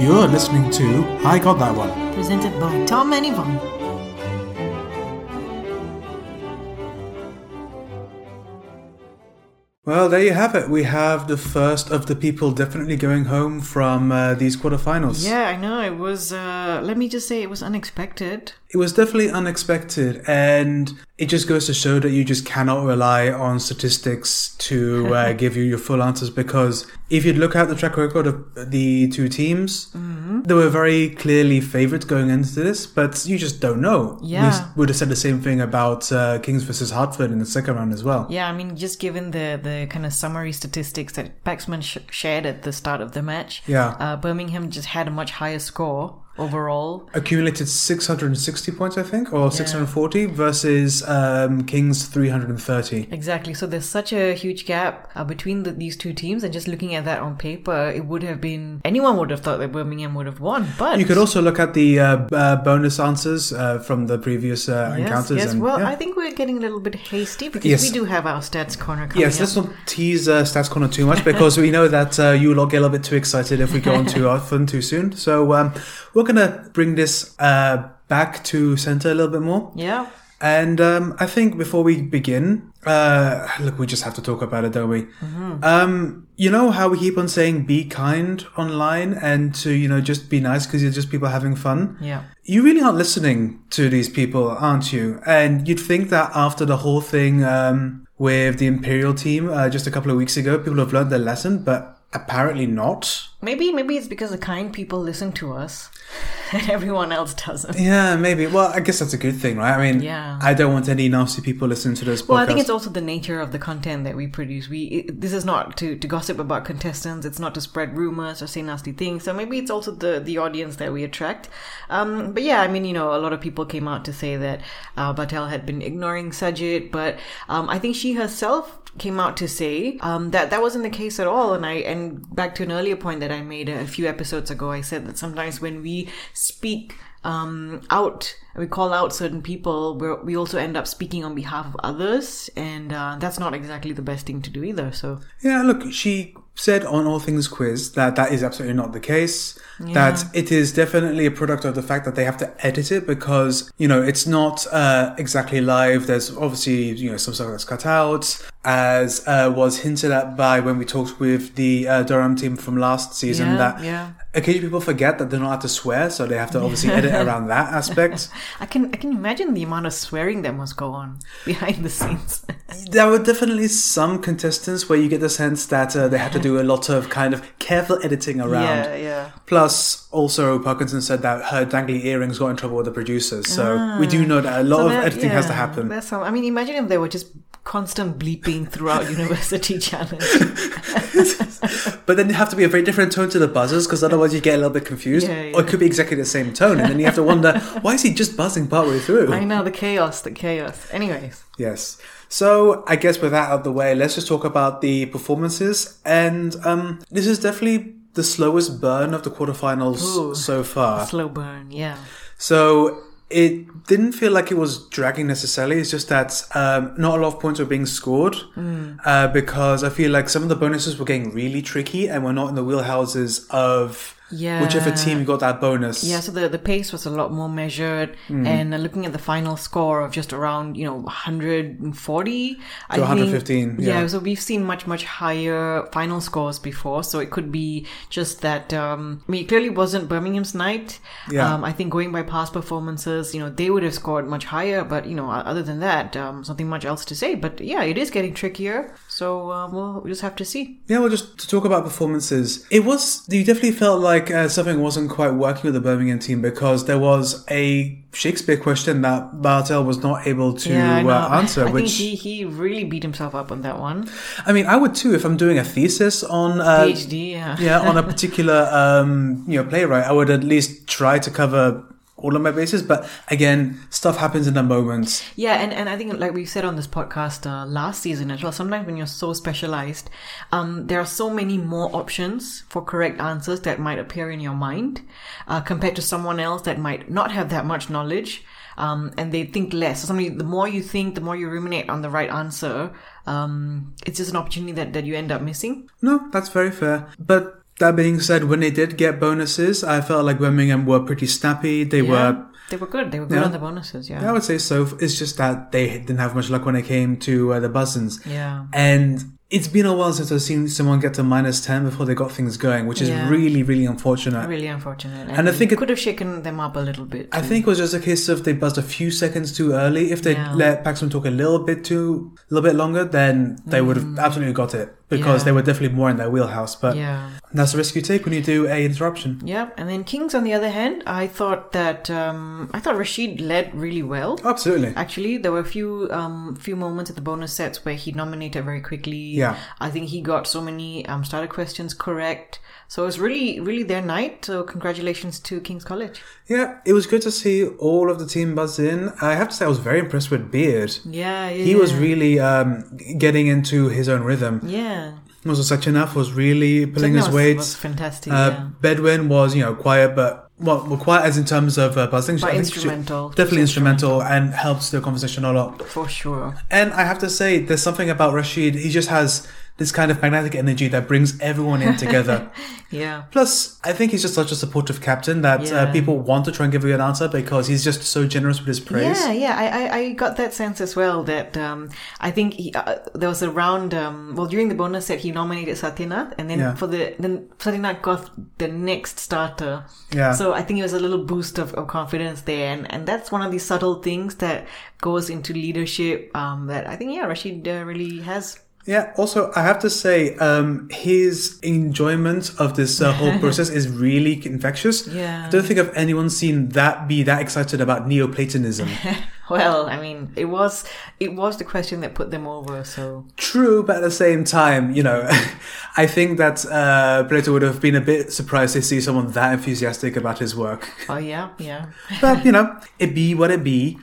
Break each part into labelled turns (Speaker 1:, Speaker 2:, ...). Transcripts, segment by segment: Speaker 1: You're listening to I Got That One.
Speaker 2: presented by Tom and Yvonne.
Speaker 1: Well, there you have it. We have the first of the people definitely going home from uh, these quarterfinals.
Speaker 2: Yeah, I know. It was, uh, let me just say, it was unexpected.
Speaker 1: It was definitely unexpected, and it just goes to show that you just cannot rely on statistics to uh, give you your full answers. Because if you'd look at the track record of the two teams,
Speaker 2: Mm-hmm.
Speaker 1: they were very clearly favourites going into this, but you just don't know.
Speaker 2: Yeah.
Speaker 1: We s- would have said the same thing about uh, Kings versus Hartford in the second round as well.
Speaker 2: Yeah, I mean, just given the, the kind of summary statistics that Paxman sh- shared at the start of the match,
Speaker 1: Yeah.
Speaker 2: uh, Birmingham just had a much higher score overall.
Speaker 1: Accumulated 660 points, I think, or 640 versus um, Kings 330.
Speaker 2: Exactly. So there's such a huge gap uh, between the, these two teams, and just looking at that on paper, it would have been anyone would have thought that Birmingham would have won. But
Speaker 1: You could also look at the uh, b- uh, bonus answers uh, from the previous uh,
Speaker 2: yes,
Speaker 1: encounters.
Speaker 2: yes.
Speaker 1: and,
Speaker 2: Well,
Speaker 1: yeah.
Speaker 2: I think we're getting a little bit hasty because
Speaker 1: Yes.
Speaker 2: we do have our stats corner coming
Speaker 1: yes,
Speaker 2: up.
Speaker 1: let's not tease uh, Stats Corner too much because we know that uh, you will get a little bit too excited if we go on too often too soon. So um, we're going to bring this uh, back to center a little bit more.
Speaker 2: Yeah.
Speaker 1: And um, I think before we begin, uh, look, we just have to talk about it, don't we?
Speaker 2: Mm-hmm.
Speaker 1: Um, you know how we keep on saying be kind online and to, you know, just be nice because you're just people having fun?
Speaker 2: Yeah.
Speaker 1: You really aren't listening to these people, aren't you? And you'd think that after the whole thing um, with the Imperial team uh, just a couple of weeks ago, people have learned their lesson, but apparently not.
Speaker 2: Maybe maybe it's because the kind people listen to us and everyone else doesn't.
Speaker 1: Yeah, maybe. Well, I guess that's a good thing, right? I mean,
Speaker 2: Yeah.
Speaker 1: I don't want any nasty people listening to this podcast.
Speaker 2: Well, I think it's also the nature of the content that we produce. We it, this is not to, to gossip about contestants. It's not to spread rumors or say nasty things. So maybe it's also the the audience that we attract. Um, but yeah, I mean, you know, a lot of people came out to say that uh, Batel had been ignoring Sajid, but um, I think she herself came out to say um, that that wasn't the case at all. And I and back to an earlier point that I made a few episodes ago, I said that sometimes when we speak um, out, we call out certain people, we're, we also end up speaking on behalf of others, and uh, that's not exactly the best thing to do either. So
Speaker 1: Yeah, look, she said on All Things Quiz that that is absolutely not the case. That it is definitely a product of the fact that they have to edit it because, you know, it's not uh, exactly live. There's obviously, you know, some stuff that's cut out, as uh, was hinted at by when we talked with the uh, Durham team from last season
Speaker 2: Yeah,
Speaker 1: that
Speaker 2: yeah.
Speaker 1: occasionally people forget that they're not allowed to swear, so they have to obviously edit around that aspect.
Speaker 2: I can I can imagine the amount of swearing that must go on behind the scenes.
Speaker 1: There were definitely some contestants where you get the sense that uh, they had to do a lot of kind of careful editing around.
Speaker 2: yeah, yeah.
Speaker 1: Plus, also Parkinson said that her dangly earrings got in trouble with the producers, so we do know that a lot
Speaker 2: Ah. So
Speaker 1: of
Speaker 2: that-
Speaker 1: editing has to
Speaker 2: yeah,
Speaker 1: happen.
Speaker 2: That's how, I mean, imagine if there were just constant bleeping throughout University Challenge.
Speaker 1: But then you have to be a very different tone to the buzzers, because otherwise you get a little bit confused.
Speaker 2: Yeah, yeah.
Speaker 1: Or it could be exactly the same tone, and then you have to wonder why is he just buzzing partway through?
Speaker 2: I know the chaos, the chaos. Anyways,
Speaker 1: Yes. So I guess with that out of the way, let's just talk about the performances. And um, this is definitely the slowest burn of the quarterfinals
Speaker 2: Ooh.
Speaker 1: so far.
Speaker 2: slow burn. Yeah.
Speaker 1: So it didn't feel like it was dragging necessarily. It's just that um, not a lot of points were being scored
Speaker 2: Hmm.
Speaker 1: uh, because I feel like some of the bonuses were getting really tricky and we're not in the wheelhouses of whichever
Speaker 2: Yeah.
Speaker 1: team got that bonus.
Speaker 2: Yeah, so the, the pace was a lot more measured,
Speaker 1: Mm.
Speaker 2: and uh, looking at the final score of just around you know 140 to
Speaker 1: 115,
Speaker 2: yeah.
Speaker 1: yeah.
Speaker 2: so we've seen much much higher final scores before. So it could be just that. Um, I mean, it clearly wasn't Birmingham's night.
Speaker 1: Yeah.
Speaker 2: Um, I think going by past performances, you know, they would have scored much higher. But you know, o- other than that, um, something much else to say. But yeah, it is getting trickier. So uh, we'll we'll just have to see.
Speaker 1: Yeah, well, just to talk about performances, it was, you definitely felt like uh, something wasn't quite working with the Birmingham team because there was a Shakespeare question that Bartel was not able to
Speaker 2: yeah, I know.
Speaker 1: uh, answer,
Speaker 2: I
Speaker 1: which,
Speaker 2: think he he really beat himself up on that one.
Speaker 1: I mean, I would too if I'm doing a thesis on uh,
Speaker 2: PhD, yeah.
Speaker 1: yeah, on a particular um, you know playwright, I would at least try to cover all of my bases. But again, stuff happens in the moment.
Speaker 2: Yeah, and, and I think like we said on this podcast uh, last season as well, sometimes when you're so specialized, um, there are so many more options for correct answers that might appear in your mind uh, compared to someone else that might not have that much knowledge um, and they think less. So something, the more you think, the more you ruminate on the right answer, um, it's just an opportunity that, that you end up missing.
Speaker 1: No, that's very fair. But That being said, when they did get bonuses, I felt like Birmingham were pretty snappy. They
Speaker 2: Yeah.
Speaker 1: were,
Speaker 2: They were good. They were good
Speaker 1: Yeah.
Speaker 2: on the bonuses. Yeah.
Speaker 1: I would say so. It's just that they didn't have much luck when it came to uh, the buzzins.
Speaker 2: yeah.
Speaker 1: And it's been a while since I've seen someone get to minus 10 before they got things going, which is
Speaker 2: Yeah.
Speaker 1: really, really unfortunate.
Speaker 2: Really unfortunate. And,
Speaker 1: And I think
Speaker 2: you
Speaker 1: it-
Speaker 2: could have shaken them up a little bit.
Speaker 1: I think it was just a case of they buzzed a few seconds too early. If they
Speaker 2: Yeah.
Speaker 1: let Paxman talk a little bit too, a little bit longer, then they would have absolutely got it because
Speaker 2: Mm. Yeah.
Speaker 1: they were definitely more in their wheelhouse. But
Speaker 2: Yeah.
Speaker 1: that's the risk you take when you do a interruption.
Speaker 2: Yeah. And then Kings, on the other hand, I thought that um, I thought Rashid led really well.
Speaker 1: Absolutely.
Speaker 2: Actually, there were a few um, few moments at the bonus sets where he nominated very quickly.
Speaker 1: Yeah.
Speaker 2: I think he got so many um, starter questions correct. So it was really, really their night. So congratulations to King's College.
Speaker 1: Yeah, it was good to see all of the team buzz in. I have to say, I was very impressed with Beard.
Speaker 2: Yeah, yeah.
Speaker 1: He was really um, getting into his own rhythm.
Speaker 2: yeah.
Speaker 1: Also, Sachinaf was really pulling his
Speaker 2: Techno was-
Speaker 1: weight.
Speaker 2: was fantastic.
Speaker 1: Uh,
Speaker 2: yeah.
Speaker 1: Bedouin was, you know, quiet, but well, well quiet as in terms of uh, buzzing.
Speaker 2: But
Speaker 1: I think she-
Speaker 2: instrumental.
Speaker 1: definitely instrumental and helps the conversation a lot.
Speaker 2: For sure.
Speaker 1: And I have to say, there's something about Rashid. He just has this kind of magnetic energy that brings everyone in together.
Speaker 2: Yeah.
Speaker 1: Plus, I think he's just such a supportive captain that uh,
Speaker 2: Yeah.
Speaker 1: people want to try and give you an answer because he's just so generous with his praise.
Speaker 2: Yeah, yeah, I, I, I got that sense as well that um, I think he, uh, there was a round. Um, well, during the bonus set, he nominated Satyanath, and then
Speaker 1: Yeah.
Speaker 2: for the then Satyanath got the next starter.
Speaker 1: Yeah.
Speaker 2: So I think it was a little boost of, of confidence there, and, and that's one of these subtle things that goes into leadership. Um, that I think yeah, Rashid uh, really has.
Speaker 1: Yeah, Also, I have to say, um, his enjoyment of this uh, whole process is really infectious.
Speaker 2: Yeah.
Speaker 1: I don't think I've anyone seen that be that excited about Neoplatonism.
Speaker 2: Well, I mean, it was it was the question that put them over. So
Speaker 1: True, but at the same time, you know, I think that uh, Plato would have been a bit surprised to see someone that enthusiastic about his work.
Speaker 2: oh yeah, yeah,
Speaker 1: But you know, it be what it be.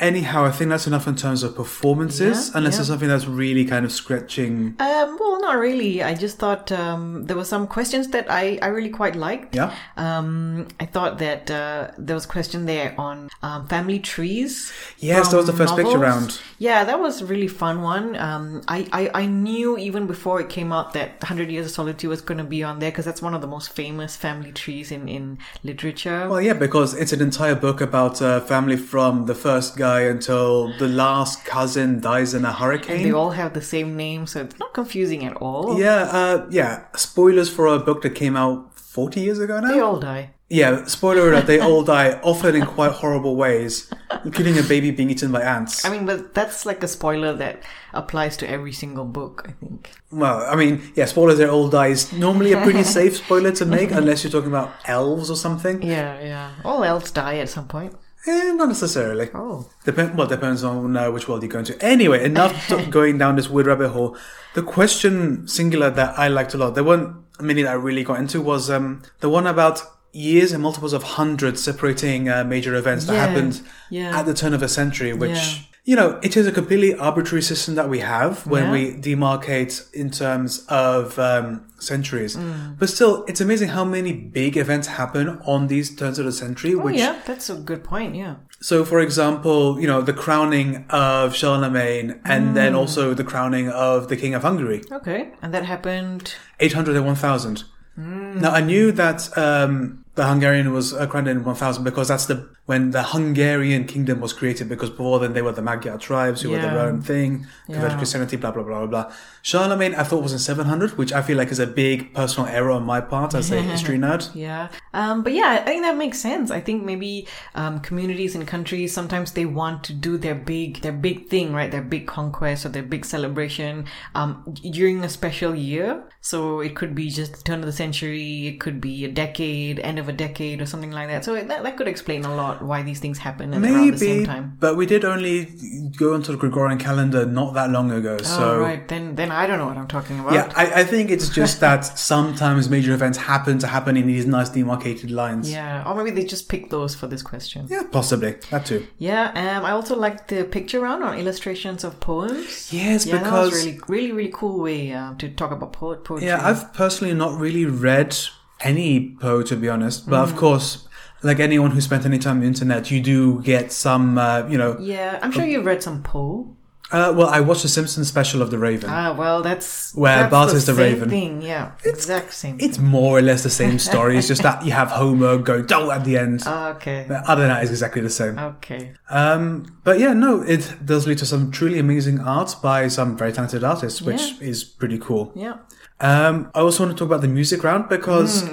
Speaker 1: Anyhow, I think that's enough in terms of performances,
Speaker 2: Hmm. Yeah,
Speaker 1: unless
Speaker 2: yeah.
Speaker 1: it's something that's really kind of scratching.
Speaker 2: Um, well, not really. I just thought um, there were some questions that I, I really quite liked.
Speaker 1: Yeah.
Speaker 2: Um, I thought that uh, there was a question there on um, family trees.
Speaker 1: Yes, that was the
Speaker 2: from
Speaker 1: first picture round.
Speaker 2: Yeah, that was a really fun one. Um, I, I, I knew even before it came out that 100 Years of Solitude was going to be on there because that's one of the most famous family trees in, in literature.
Speaker 1: Well, yeah, because it's an entire book about a family from the first guy until the last cousin dies in a hurricane.
Speaker 2: and they all have the same name, so it's not confusing at all.
Speaker 1: yeah, uh, yeah. Spoilers for a book that came out 40 years ago now?
Speaker 2: They all die.
Speaker 1: Yeah, spoiler alert, they all die, often in quite horrible ways, including a baby being eaten by ants.
Speaker 2: I mean, but that's like a spoiler that applies to every single book, I think.
Speaker 1: well, I mean, yeah, spoilers, they all die is normally a pretty safe spoiler to make, unless you're talking about elves or something.
Speaker 2: Yeah, yeah. All elves die at some point.
Speaker 1: Eh, not necessarily.
Speaker 2: Oh.
Speaker 1: Depend- well, depends on uh, which world you're going to. Anyway, enough to going down this weird rabbit hole. The question singular that I liked a lot, there weren't many that I really got into, was um, the one about years and multiples of hundreds separating uh, major events that
Speaker 2: Yeah,
Speaker 1: happened
Speaker 2: yeah.
Speaker 1: at the turn of a century, which.
Speaker 2: Yeah.
Speaker 1: You know, it is a completely arbitrary system that we have when
Speaker 2: Yeah.
Speaker 1: we demarcate in terms of um, centuries.
Speaker 2: Mm.
Speaker 1: But still, it's amazing how many big events happen on these turns of the century,
Speaker 2: Oh,
Speaker 1: which
Speaker 2: yeah, that's a good point, yeah.
Speaker 1: so, for example, you know, the crowning of Charlemagne and
Speaker 2: Mm.
Speaker 1: then also the crowning of the King of Hungary,
Speaker 2: Okay. And that happened.
Speaker 1: 800 and 1000.
Speaker 2: Mm.
Speaker 1: Now, I knew that um, the Hungarian was uh, crowned in 1000 because that's the when the Hungarian kingdom was created, because before then they were the Magyar tribes who were their
Speaker 2: Yeah.
Speaker 1: own thing, converted
Speaker 2: Yeah.
Speaker 1: Christianity, blah, blah, blah, blah, blah. Charlemagne, I thought was in 700, which I feel like is a big personal error on my part as a history nerd.
Speaker 2: Yeah. Um, but yeah, I think that makes sense. I think maybe um, communities and countries sometimes they want to do their big their big thing, right? Their big conquest or their big celebration um, during a special year. So it could be just the turn of the century, it could be a decade, end of a decade, or something like that. So it, that, that could explain a lot why these things happen at around the same
Speaker 1: Maybe,
Speaker 2: time.
Speaker 1: but we did only go onto the Gregorian calendar not that long ago, so.
Speaker 2: oh, right. Then then I don't know what I'm talking about.
Speaker 1: Yeah, I, I think it's just that sometimes major events happen to happen in these nice demarcated lines.
Speaker 2: Yeah, or maybe they just picked those for this question.
Speaker 1: Yeah, possibly. That too.
Speaker 2: Yeah, um, I also liked the picture round on illustrations of poems.
Speaker 1: Yes,
Speaker 2: yeah, that
Speaker 1: because-
Speaker 2: was really, really, really cool way um, to talk about po- poetry.
Speaker 1: Yeah, I've personally not really read any Poe, to be honest. But of course, like anyone who spent any time on the internet, you do get some, uh, you know,
Speaker 2: yeah, I'm sure you've read some Poe.
Speaker 1: Uh, well, I watched the Simpsons special of The Raven.
Speaker 2: Ah, well, that's
Speaker 1: Where
Speaker 2: that's
Speaker 1: Bart
Speaker 2: the
Speaker 1: is the
Speaker 2: same
Speaker 1: Raven.
Speaker 2: Thing, yeah, exact same.
Speaker 1: it's more or less the same story. it's just that you have Homer go do at the end.
Speaker 2: okay,
Speaker 1: But other than that, it's exactly the same.
Speaker 2: okay.
Speaker 1: Um, but yeah, no, it does lead to some truly amazing art by some very talented artists, which
Speaker 2: Yeah.
Speaker 1: is pretty cool.
Speaker 2: Yeah.
Speaker 1: Um, I also want to talk about the music round because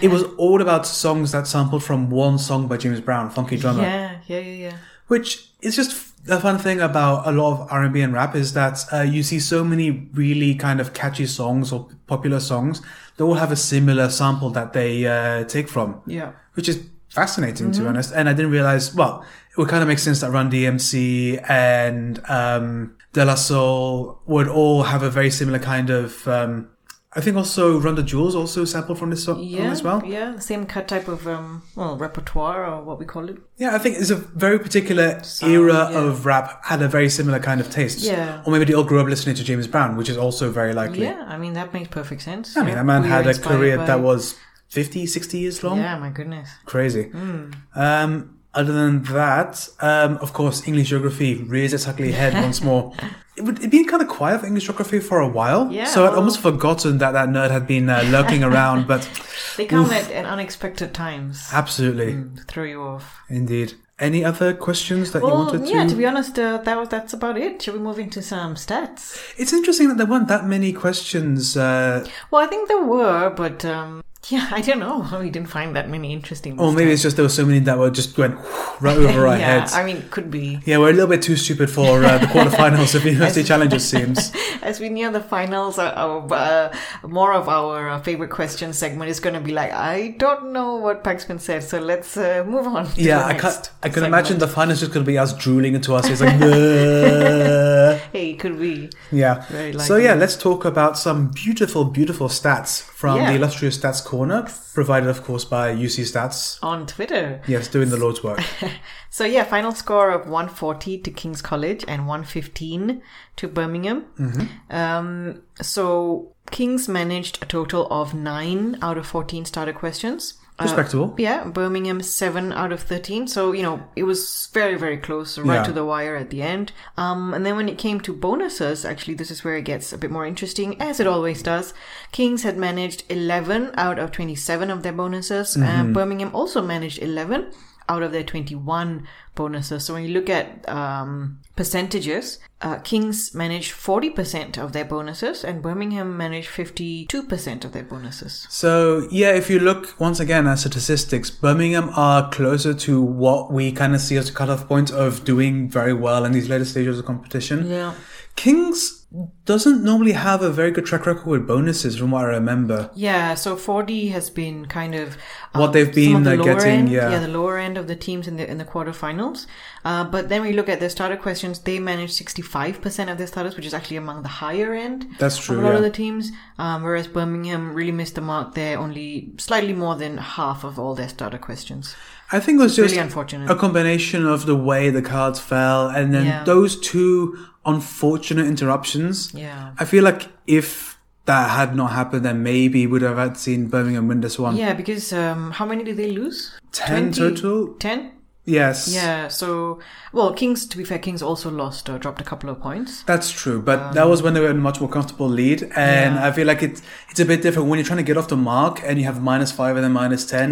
Speaker 1: it was all about songs that sampled from one song by James Brown, Funky Drummer,
Speaker 2: Yeah, yeah, yeah, yeah.
Speaker 1: which is just f- the fun thing about a lot of R&B and rap is that uh, you see so many really kind of catchy songs or popular songs that all have a similar sample that they uh, take from,
Speaker 2: Yeah.
Speaker 1: which is fascinating
Speaker 2: Mm-hmm.
Speaker 1: to be honest. And I didn't realize, well, it would kind of make sense that Run DMC and um, De La Soul would all have a very similar kind of. Um, I think also Run the Jewels also sampled from this song
Speaker 2: Yeah,
Speaker 1: as well.
Speaker 2: yeah, same cut type of um, well repertoire or what we call it.
Speaker 1: Yeah, I think it's a very particular era
Speaker 2: yeah.
Speaker 1: of rap had a very similar kind of taste.
Speaker 2: Yeah.
Speaker 1: Or maybe they all grew up listening to James Brown, which is also very likely.
Speaker 2: Yeah, I mean that makes perfect sense.
Speaker 1: I mean, that man had a career that
Speaker 2: was.
Speaker 1: was 50, 60 years long.
Speaker 2: Yeah, my goodness.
Speaker 1: Crazy.
Speaker 2: Hmm.
Speaker 1: Um, other than that, um, of course, English geography rears its ugly head once more. It would, it'd been kind of quiet for English geography for a while.
Speaker 2: Yeah,
Speaker 1: so I'd
Speaker 2: well-
Speaker 1: almost forgotten that that nerd had been uh, lurking around, but
Speaker 2: They come at, at unexpected times
Speaker 1: absolutely.
Speaker 2: to throw you off.
Speaker 1: Indeed. Any other questions that you
Speaker 2: Well,
Speaker 1: wanted to?
Speaker 2: yeah. To be honest, uh, that was that's about it. Shall we move into some stats?
Speaker 1: It's interesting that there weren't that many questions. Uh,
Speaker 2: Well, I think there were, but um, yeah, I don't know. We didn't find that many interesting.
Speaker 1: or maybe it's just there were so many that were just going right over our
Speaker 2: yeah,
Speaker 1: heads.
Speaker 2: I mean, could be.
Speaker 1: Yeah, we're a little bit too stupid for uh, the quarterfinals of University Challenge, it seems.
Speaker 2: As we near the finals, our, our, uh, more of our uh, favorite question segment is going to be like, I don't know what Paxman said, so let's uh, move on. to
Speaker 1: Yeah,
Speaker 2: the
Speaker 1: I
Speaker 2: next
Speaker 1: can I can
Speaker 2: segment.
Speaker 1: imagine the finals just going to be us drooling into us. It's like, "Bleh."
Speaker 2: Hey, could be.
Speaker 1: yeah.
Speaker 2: Very
Speaker 1: So
Speaker 2: likely.
Speaker 1: yeah, let's talk about some beautiful, beautiful stats from
Speaker 2: Yeah.
Speaker 1: the illustrious stats corner, provided of course by UC Stats.
Speaker 2: On Twitter.
Speaker 1: Yes, doing the Lord's work.
Speaker 2: So yeah, final score of 140 to King's College and 115 to Birmingham. Um, so King's managed a total of nine out of 14 starter questions. Uh,
Speaker 1: Respectable.
Speaker 2: yeah, Birmingham seven out of 13. So you know it was very very close, right
Speaker 1: Yeah.
Speaker 2: to the wire at the end. Um, and then when it came to bonuses, actually this is where it gets a bit more interesting, as it always does. Kings had managed 11 out of 27 of their bonuses. and Birmingham also managed 11 out of their 21 bonuses. So when you look at um, percentages, uh, Kings managed 40% of their bonuses, and Birmingham managed 52% of their bonuses.
Speaker 1: So yeah, if you look once again at statistics, Birmingham are closer to what we kind of see as a cutoff point of doing very well in these later stages of competition.
Speaker 2: Yeah.
Speaker 1: Kings doesn't normally have a very good track record with bonuses, from what I remember.
Speaker 2: Yeah, so 4D has been kind of um,
Speaker 1: What they've
Speaker 2: some
Speaker 1: been,
Speaker 2: of the
Speaker 1: uh,
Speaker 2: lower
Speaker 1: getting,
Speaker 2: end,
Speaker 1: yeah.
Speaker 2: the lower end of the teams in the in the quarterfinals. Uh, but then we look at their starter questions; they managed sixty five percent of their starters, which is actually among the higher end.
Speaker 1: That's
Speaker 2: Of
Speaker 1: true,
Speaker 2: a lot
Speaker 1: yeah.
Speaker 2: of the teams, um, whereas Birmingham really missed the mark there, only slightly more than half of all their starter questions.
Speaker 1: I think it was
Speaker 2: Really
Speaker 1: just
Speaker 2: unfortunate.
Speaker 1: a combination of the way the cards fell and then
Speaker 2: Yeah.
Speaker 1: those two unfortunate interruptions.
Speaker 2: Yeah.
Speaker 1: I feel like if that had not happened, then maybe we'd have had seen Birmingham win this one.
Speaker 2: Yeah, because um, how many did they lose?
Speaker 1: 10 total?
Speaker 2: Ten.
Speaker 1: Yes.
Speaker 2: Yeah. So, well, Kings. To be fair, Kings also lost, uh, dropped a couple of points.
Speaker 1: That's true, but that was when they were in a much more comfortable lead, and
Speaker 2: Um, Yeah.
Speaker 1: I feel like it's it's a bit different when you're trying to get off the mark and you have minus five and then minus ten.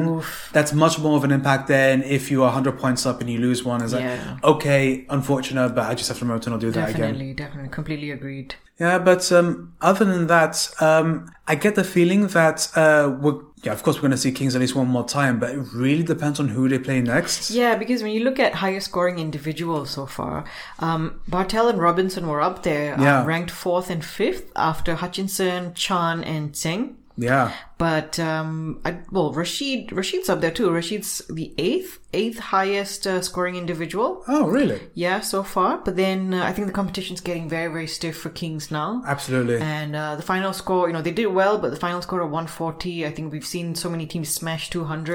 Speaker 1: That's much more of an impact than if you are hundred points up and you lose one. It's like
Speaker 2: Yeah.
Speaker 1: okay, unfortunate, but I just have to remember to not do that again.
Speaker 2: Definitely, definitely, completely agreed.
Speaker 1: Yeah, but um, other than that, um, I get the feeling that uh, we're yeah, of course we're going to see Kings at least one more time, but it really depends on who they play next.
Speaker 2: Yeah, because when you look at higher scoring individuals so far, um, Bartel and Robinson were up there, uh,
Speaker 1: Yeah.
Speaker 2: ranked fourth and fifth after Hutchinson, Chan, and Tseng.
Speaker 1: yeah.
Speaker 2: But um, I, well, Rashid Rashid's up there too. Rashid's the eighth eighth highest uh, scoring individual.
Speaker 1: Oh, really?
Speaker 2: Yeah, so far. But then uh, I think the competition's getting very very stiff for Kings now.
Speaker 1: Absolutely.
Speaker 2: And uh, the final score, you know, they did well, but the final score of 140. I think we've seen so many teams smash 200,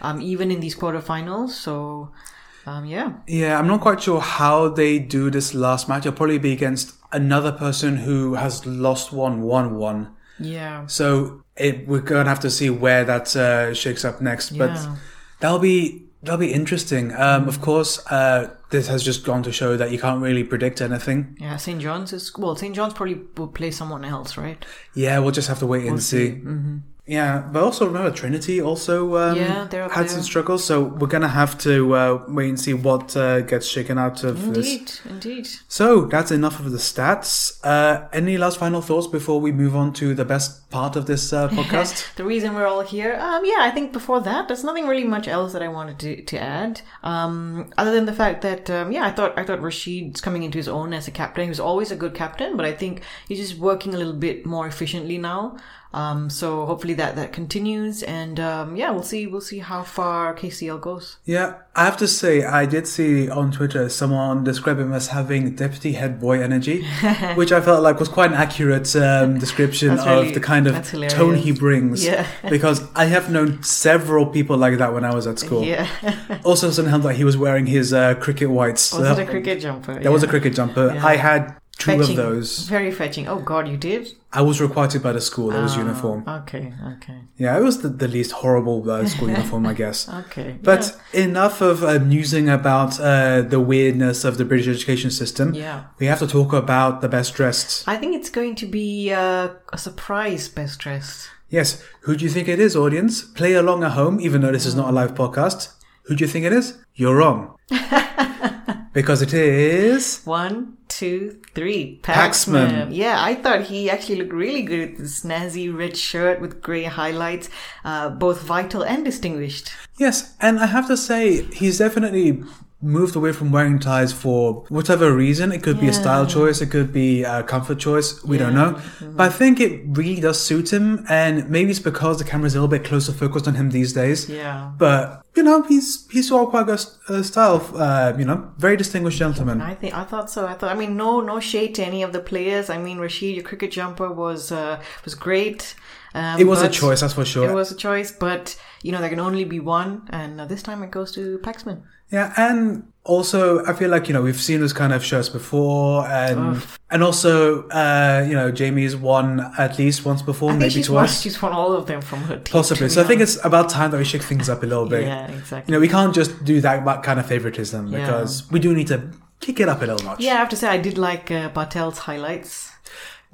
Speaker 2: um, even in these quarterfinals. So, um, yeah,
Speaker 1: Yeah, I'm not quite sure how they do this last match. It'll probably be against another person who has lost one, won one.
Speaker 2: yeah,
Speaker 1: So it, we're going to have to see where that uh, shakes up next. But
Speaker 2: Yeah.
Speaker 1: that'll be that'll be interesting. Um, of course, uh, this has just gone to show that you can't really predict anything.
Speaker 2: Yeah, St. John's is well. St. John's probably will play someone else, right?
Speaker 1: Yeah, we'll just have to wait and see. Mm-hmm. Yeah, but also remember Trinity also um,
Speaker 2: Yeah, they're up
Speaker 1: had
Speaker 2: there.
Speaker 1: some struggles, so we're gonna have to uh, wait and see what uh, gets shaken out of this.
Speaker 2: Indeed, indeed.
Speaker 1: So that's enough of the stats. Uh, any last final thoughts before we move on to the best part of this uh, podcast?
Speaker 2: the reason we're all here. Um, yeah, I think before that, there's nothing really much else that I wanted to, to add. Um, other than the fact that, um, yeah, I thought I thought Rashid's coming into his own as a captain. He was always a good captain, but I think he's just working a little bit more efficiently now. Um, so hopefully that that continues, and um, yeah, we'll see we'll see how far KCL goes.
Speaker 1: yeah, I have to say I did see on Twitter someone describe him as having deputy head boy energy, which I felt like was quite an accurate um, description
Speaker 2: That's
Speaker 1: of
Speaker 2: really-
Speaker 1: the kind of
Speaker 2: that's hilarious.
Speaker 1: tone he brings.
Speaker 2: Yeah.
Speaker 1: because I have known several people like that when I was at school.
Speaker 2: Yeah,
Speaker 1: Also, doesn't help that he was wearing his uh, cricket whites.
Speaker 2: Oh, was
Speaker 1: Uh,
Speaker 2: it a cricket jumper?
Speaker 1: That was a cricket jumper.
Speaker 2: Yeah.
Speaker 1: I had two of those.
Speaker 2: Very fetching. Oh God, you did.
Speaker 1: I was required to by the school. That
Speaker 2: Ah.
Speaker 1: was uniform.
Speaker 2: Okay, okay,
Speaker 1: Yeah, it was the, the least horrible uh, school uniform, I guess.
Speaker 2: okay.
Speaker 1: But enough of uh, musing about uh, the weirdness of the British education system.
Speaker 2: yeah.
Speaker 1: We have to talk about the best dressed.
Speaker 2: I think it's going to be uh, a surprise best dressed.
Speaker 1: Yes, who do you think it is, audience? Play along at home, even though this is not a live podcast. Who do you think it is? You're wrong. because it is.
Speaker 2: One, two, three.
Speaker 1: Paxman.
Speaker 2: Yeah, I thought he actually looked really good with this snazzy red shirt with grey highlights, uh, both vital and distinguished.
Speaker 1: Yes, and I have to say, he's definitely moved away from wearing ties for whatever reason. It could be a style choice, it could be a comfort choice, we don't know. But I think it really does suit him, and maybe it's because the camera's a little bit closer focused on him these days.
Speaker 2: Yeah.
Speaker 1: But, you know, he's he's all quite good uh, style, uh, you know, very distinguished gentleman.
Speaker 2: I think I thought so. I thought. I mean, no, no shade to any of the players. I mean, Rashid, your cricket jumper was uh, was great. Um,
Speaker 1: It was a
Speaker 2: but-
Speaker 1: choice, that's for sure.
Speaker 2: It was a choice, but you know there can only be one, and uh, this time it goes to Paxman.
Speaker 1: Yeah, and also I feel like you know we've seen those kind of shirts before, and
Speaker 2: Ah.
Speaker 1: and also uh, you know Jamie's won at least once before,
Speaker 2: I think
Speaker 1: maybe
Speaker 2: she's won,
Speaker 1: twice,
Speaker 2: she's won all of them from her team.
Speaker 1: possibly.
Speaker 2: to
Speaker 1: So I
Speaker 2: be
Speaker 1: think it's about time that we shake things up a little
Speaker 2: honest.
Speaker 1: bit.
Speaker 2: yeah,
Speaker 1: You
Speaker 2: exactly.
Speaker 1: know, we can't just do that that kind of favoritism
Speaker 2: Yeah.
Speaker 1: because we do need to kick it up a little notch.
Speaker 2: Yeah, I have to say I did like uh, Bartel's highlights.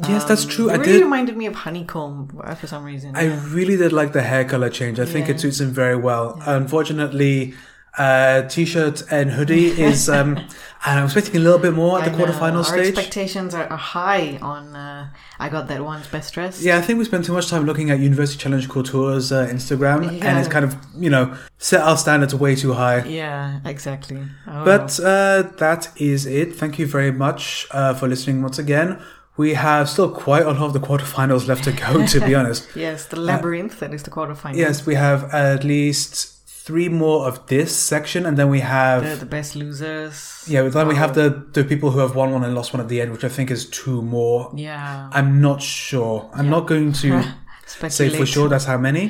Speaker 1: Yes, that's true.
Speaker 2: It
Speaker 1: I
Speaker 2: Um, really
Speaker 1: did.
Speaker 2: reminded me of Honeycomb uh, for some reason.
Speaker 1: I really did like the hair color change. I think
Speaker 2: Yeah.
Speaker 1: it suits him very well. Unfortunately, uh, t-shirt and hoodie is. Um, I don't know, I'm expecting a little bit more at the
Speaker 2: I know,
Speaker 1: quarterfinal
Speaker 2: Our
Speaker 1: stage.
Speaker 2: expectations are, are high on. Uh, I got that one's best dress.
Speaker 1: Yeah, I think we spend too much time looking at University Challenge Couture's uh, Instagram, and
Speaker 2: Yeah.
Speaker 1: it's kind of you know set our standards way too high.
Speaker 2: Yeah, exactly. Oh,
Speaker 1: But uh, that is it. Thank you very much uh, for listening once again. We have still quite a lot of the quarterfinals left to go, to be honest.
Speaker 2: yes, the labyrinth that is the quarterfinal.
Speaker 1: Yes, we have at least three more of this section, and then we have
Speaker 2: the, the best losers.
Speaker 1: yeah, then we have
Speaker 2: Oh,
Speaker 1: the the people who have won one and lost one at the end, which I think is two more.
Speaker 2: yeah.
Speaker 1: I'm not sure. I'm not going to say
Speaker 2: Speculate.
Speaker 1: for sure that's how many,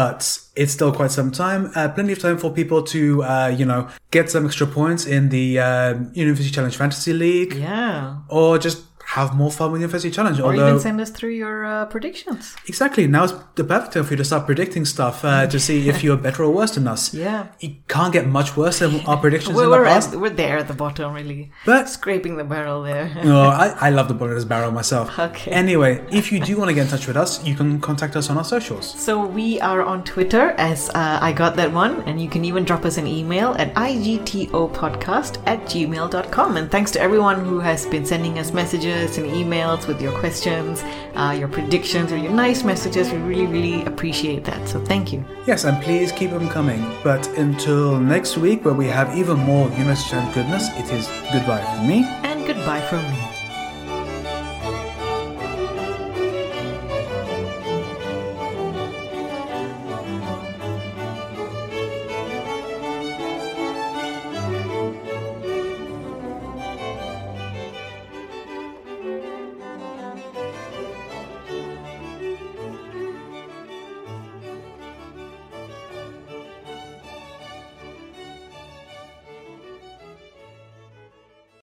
Speaker 1: but it's still quite some time. Uh, plenty of time for people to, uh, you know, get some extra points in the um, University Challenge Fantasy League,
Speaker 2: Yeah.
Speaker 1: or just have more fun with University Challenge.
Speaker 2: Or
Speaker 1: Although,
Speaker 2: even send us through your uh, predictions.
Speaker 1: exactly now is the perfect time for you to start predicting stuff uh, to see if you're better or worse than us.
Speaker 2: Yeah.
Speaker 1: You can't get much worse than our predictions
Speaker 2: We're,
Speaker 1: in the
Speaker 2: we're,
Speaker 1: past.
Speaker 2: at, we're there at the bottom, really.
Speaker 1: But
Speaker 2: Scraping the barrel there.
Speaker 1: no, I, I love the bonus barrel myself.
Speaker 2: Okay.
Speaker 1: Anyway, if you do want to get in touch with us, you can contact us on our socials.
Speaker 2: So we are on Twitter as uh, I got that one, and you can even drop us an email at igtopodcast at gmail.com. And thanks to everyone who has been sending us messages and emails with your questions, uh, your predictions, or your nice messages. We really, really appreciate that. So thank you.
Speaker 1: Yes, and please keep them coming. But until next week, where we have even more University and goodness, it is goodbye from me.
Speaker 2: And goodbye from me.